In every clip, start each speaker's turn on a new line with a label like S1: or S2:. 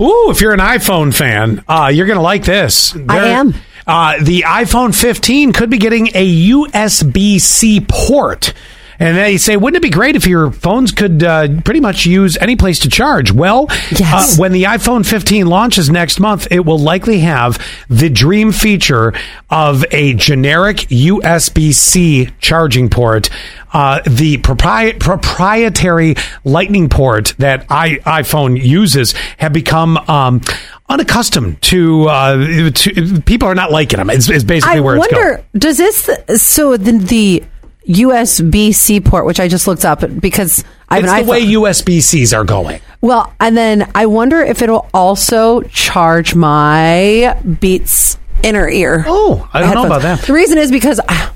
S1: Ooh, if you're an iPhone fan, uh, you're going to like this. There-
S2: am.
S1: Uh, the iPhone 15 could be getting a USB C port. And they say, wouldn't it be great if your phones could uh, pretty much use any place to charge? Well,
S2: Yes.
S1: uh, when the iPhone 15 launches next month, it will likely have the dream feature of a generic USB C charging port, uh, the propri- proprietary Lightning port that I- iPhone uses have become. Um, Unaccustomed to, uh, to people are not liking them. It's, it's basically
S2: I
S1: where it's going.
S2: wonder, does this so the, the USB C port, which I just looked up because I have
S1: It's
S2: an
S1: the
S2: iPhone.
S1: way USB Cs are going.
S2: well, and then I wonder if it'll also charge my Beats inner ear.
S1: Oh, I don't know about
S2: headphones.
S1: that.
S2: The reason is because I,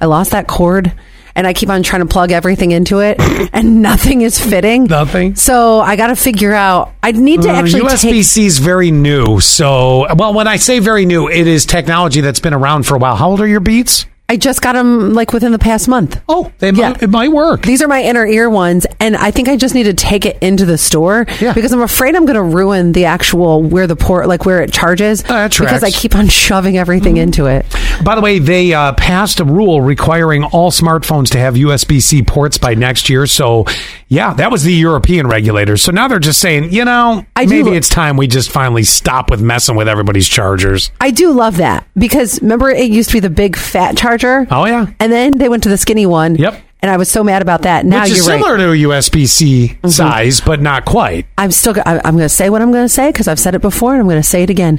S2: I lost that cord. And I keep on trying to plug everything into it, and nothing is fitting.
S1: Nothing? Uh,
S2: So I got to figure out. I need to
S1: Mm,
S2: actually take
S1: USB C is very new. So, well, when I say very new, it is technology that's been around for a while. How old are your Beats?
S2: I just got them like within the past month.
S1: Oh, they
S2: Yeah.
S1: might, it might work.
S2: These are my inner ear ones, and I think I just need to take it into the store
S1: Yeah.
S2: because I'm afraid I'm going to ruin the actual where the port, like where it charges,
S1: Oh, that
S2: because I
S1: tracks. Mm-hmm.
S2: keep on shoving everything into it.
S1: By the way, they uh, passed a rule requiring all smartphones to have USB C ports by next year. So, yeah, that was the European regulators. So now they're just saying, you know,
S2: I do
S1: maybe
S2: lo-
S1: it's time we just finally stop with messing with everybody's chargers.
S2: I do love that because remember it used to be the big fat charger.
S1: Oh, yeah.
S2: and then they went to the skinny one.
S1: Yep.
S2: and I was so mad about that. Now
S1: Which
S2: Ah, you're
S1: is
S2: right. Mm-hmm.
S1: similar to a USB C size, but not quite.
S2: I'm still. go- I- I'm going to say what I'm going to say because I've said it before, and I'm going to say it again.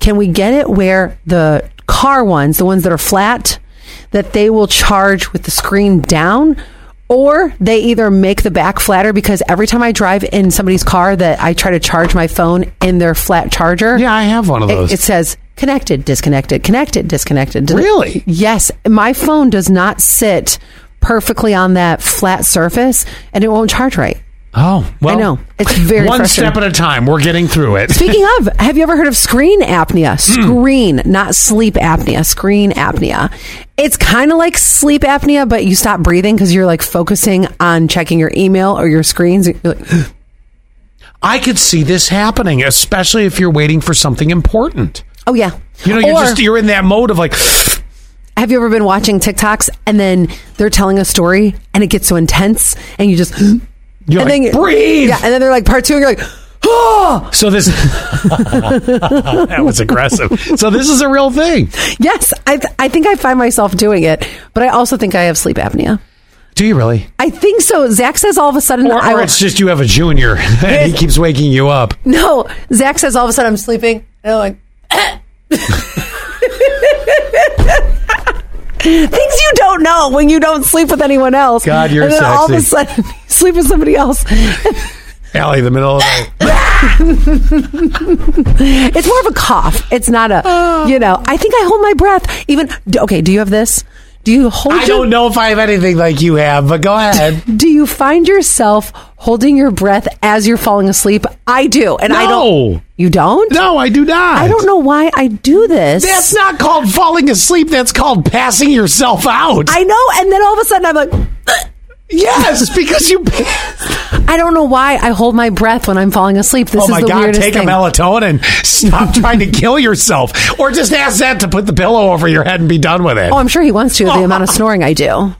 S2: Can we get it where the car ones, the ones that are flat, that they will charge with the screen down, or they either make the back flatter? Because every time I drive in somebody's car, that I try to charge my phone in their flat charger,
S1: Yeah, I have one of those.
S2: it, it says connected, disconnected, connected, disconnected.
S1: Really?
S2: Yes, my phone does not sit perfectly on that flat surface, and it won't charge right.
S1: oh, well,
S2: know. It's very
S1: one
S2: frustrating.
S1: step at a time. We're getting through it.
S2: Speaking of, have you ever heard of screen apnea?
S1: Hmm.
S2: Screen, not sleep apnea, screen apnea. It's kind of like sleep apnea, but you stop breathing because you're like focusing on checking your email or your screens. You're like,
S1: I could see this happening, especially if you're waiting for something important.
S2: oh, yeah.
S1: You know, you're
S2: Or-
S1: just you're in that mode of like,
S2: Have you ever been watching TikToks and then they're telling a story and it gets so intense and you just. and
S1: you're like,
S2: then you-
S1: breathe.
S2: Yeah, and then they're like part two and you're like, oh,
S1: So this that was aggressive. So this is a real thing.
S2: yes. I, th- I think I find myself doing it, but I also think I have sleep apnea.
S1: Do you really?
S2: I think so. Zach says all of a sudden
S1: Or,
S2: I
S1: or
S2: will-
S1: it's just you have a junior and he keeps waking you up.
S2: No, Zach says all of a sudden I'm sleeping. And I'm like, things you don't know when you don't sleep with anyone else.
S1: God, you're
S2: and then all of a
S1: sexy.
S2: sudden you sleep with somebody else.
S1: Allie, the middle of the night.
S2: It's more of a cough. It's not a, you know. I think I hold my breath. Even d- okay. Do you have this? Do you hold?
S1: I
S2: your-
S1: don't know if I have anything like you have, but go ahead.
S2: Do you find yourself holding your breath as you're falling asleep? I do, and I
S1: No.
S2: don't. You don't.
S1: No, I do not.
S2: I don't know why I do this.
S1: That's not called falling asleep. That's called passing yourself out.
S2: I know, and then all of a sudden I'm like.
S1: yes, because you. Passed.
S2: I don't know why I hold my breath when I'm falling asleep. This
S1: oh my
S2: is the
S1: god
S2: weirdest
S1: take
S2: thing.
S1: a melatonin stop trying to kill yourself or just ask that to put the pillow over your head and be done with it
S2: oh, I'm sure he wants to. The amount of snoring I do.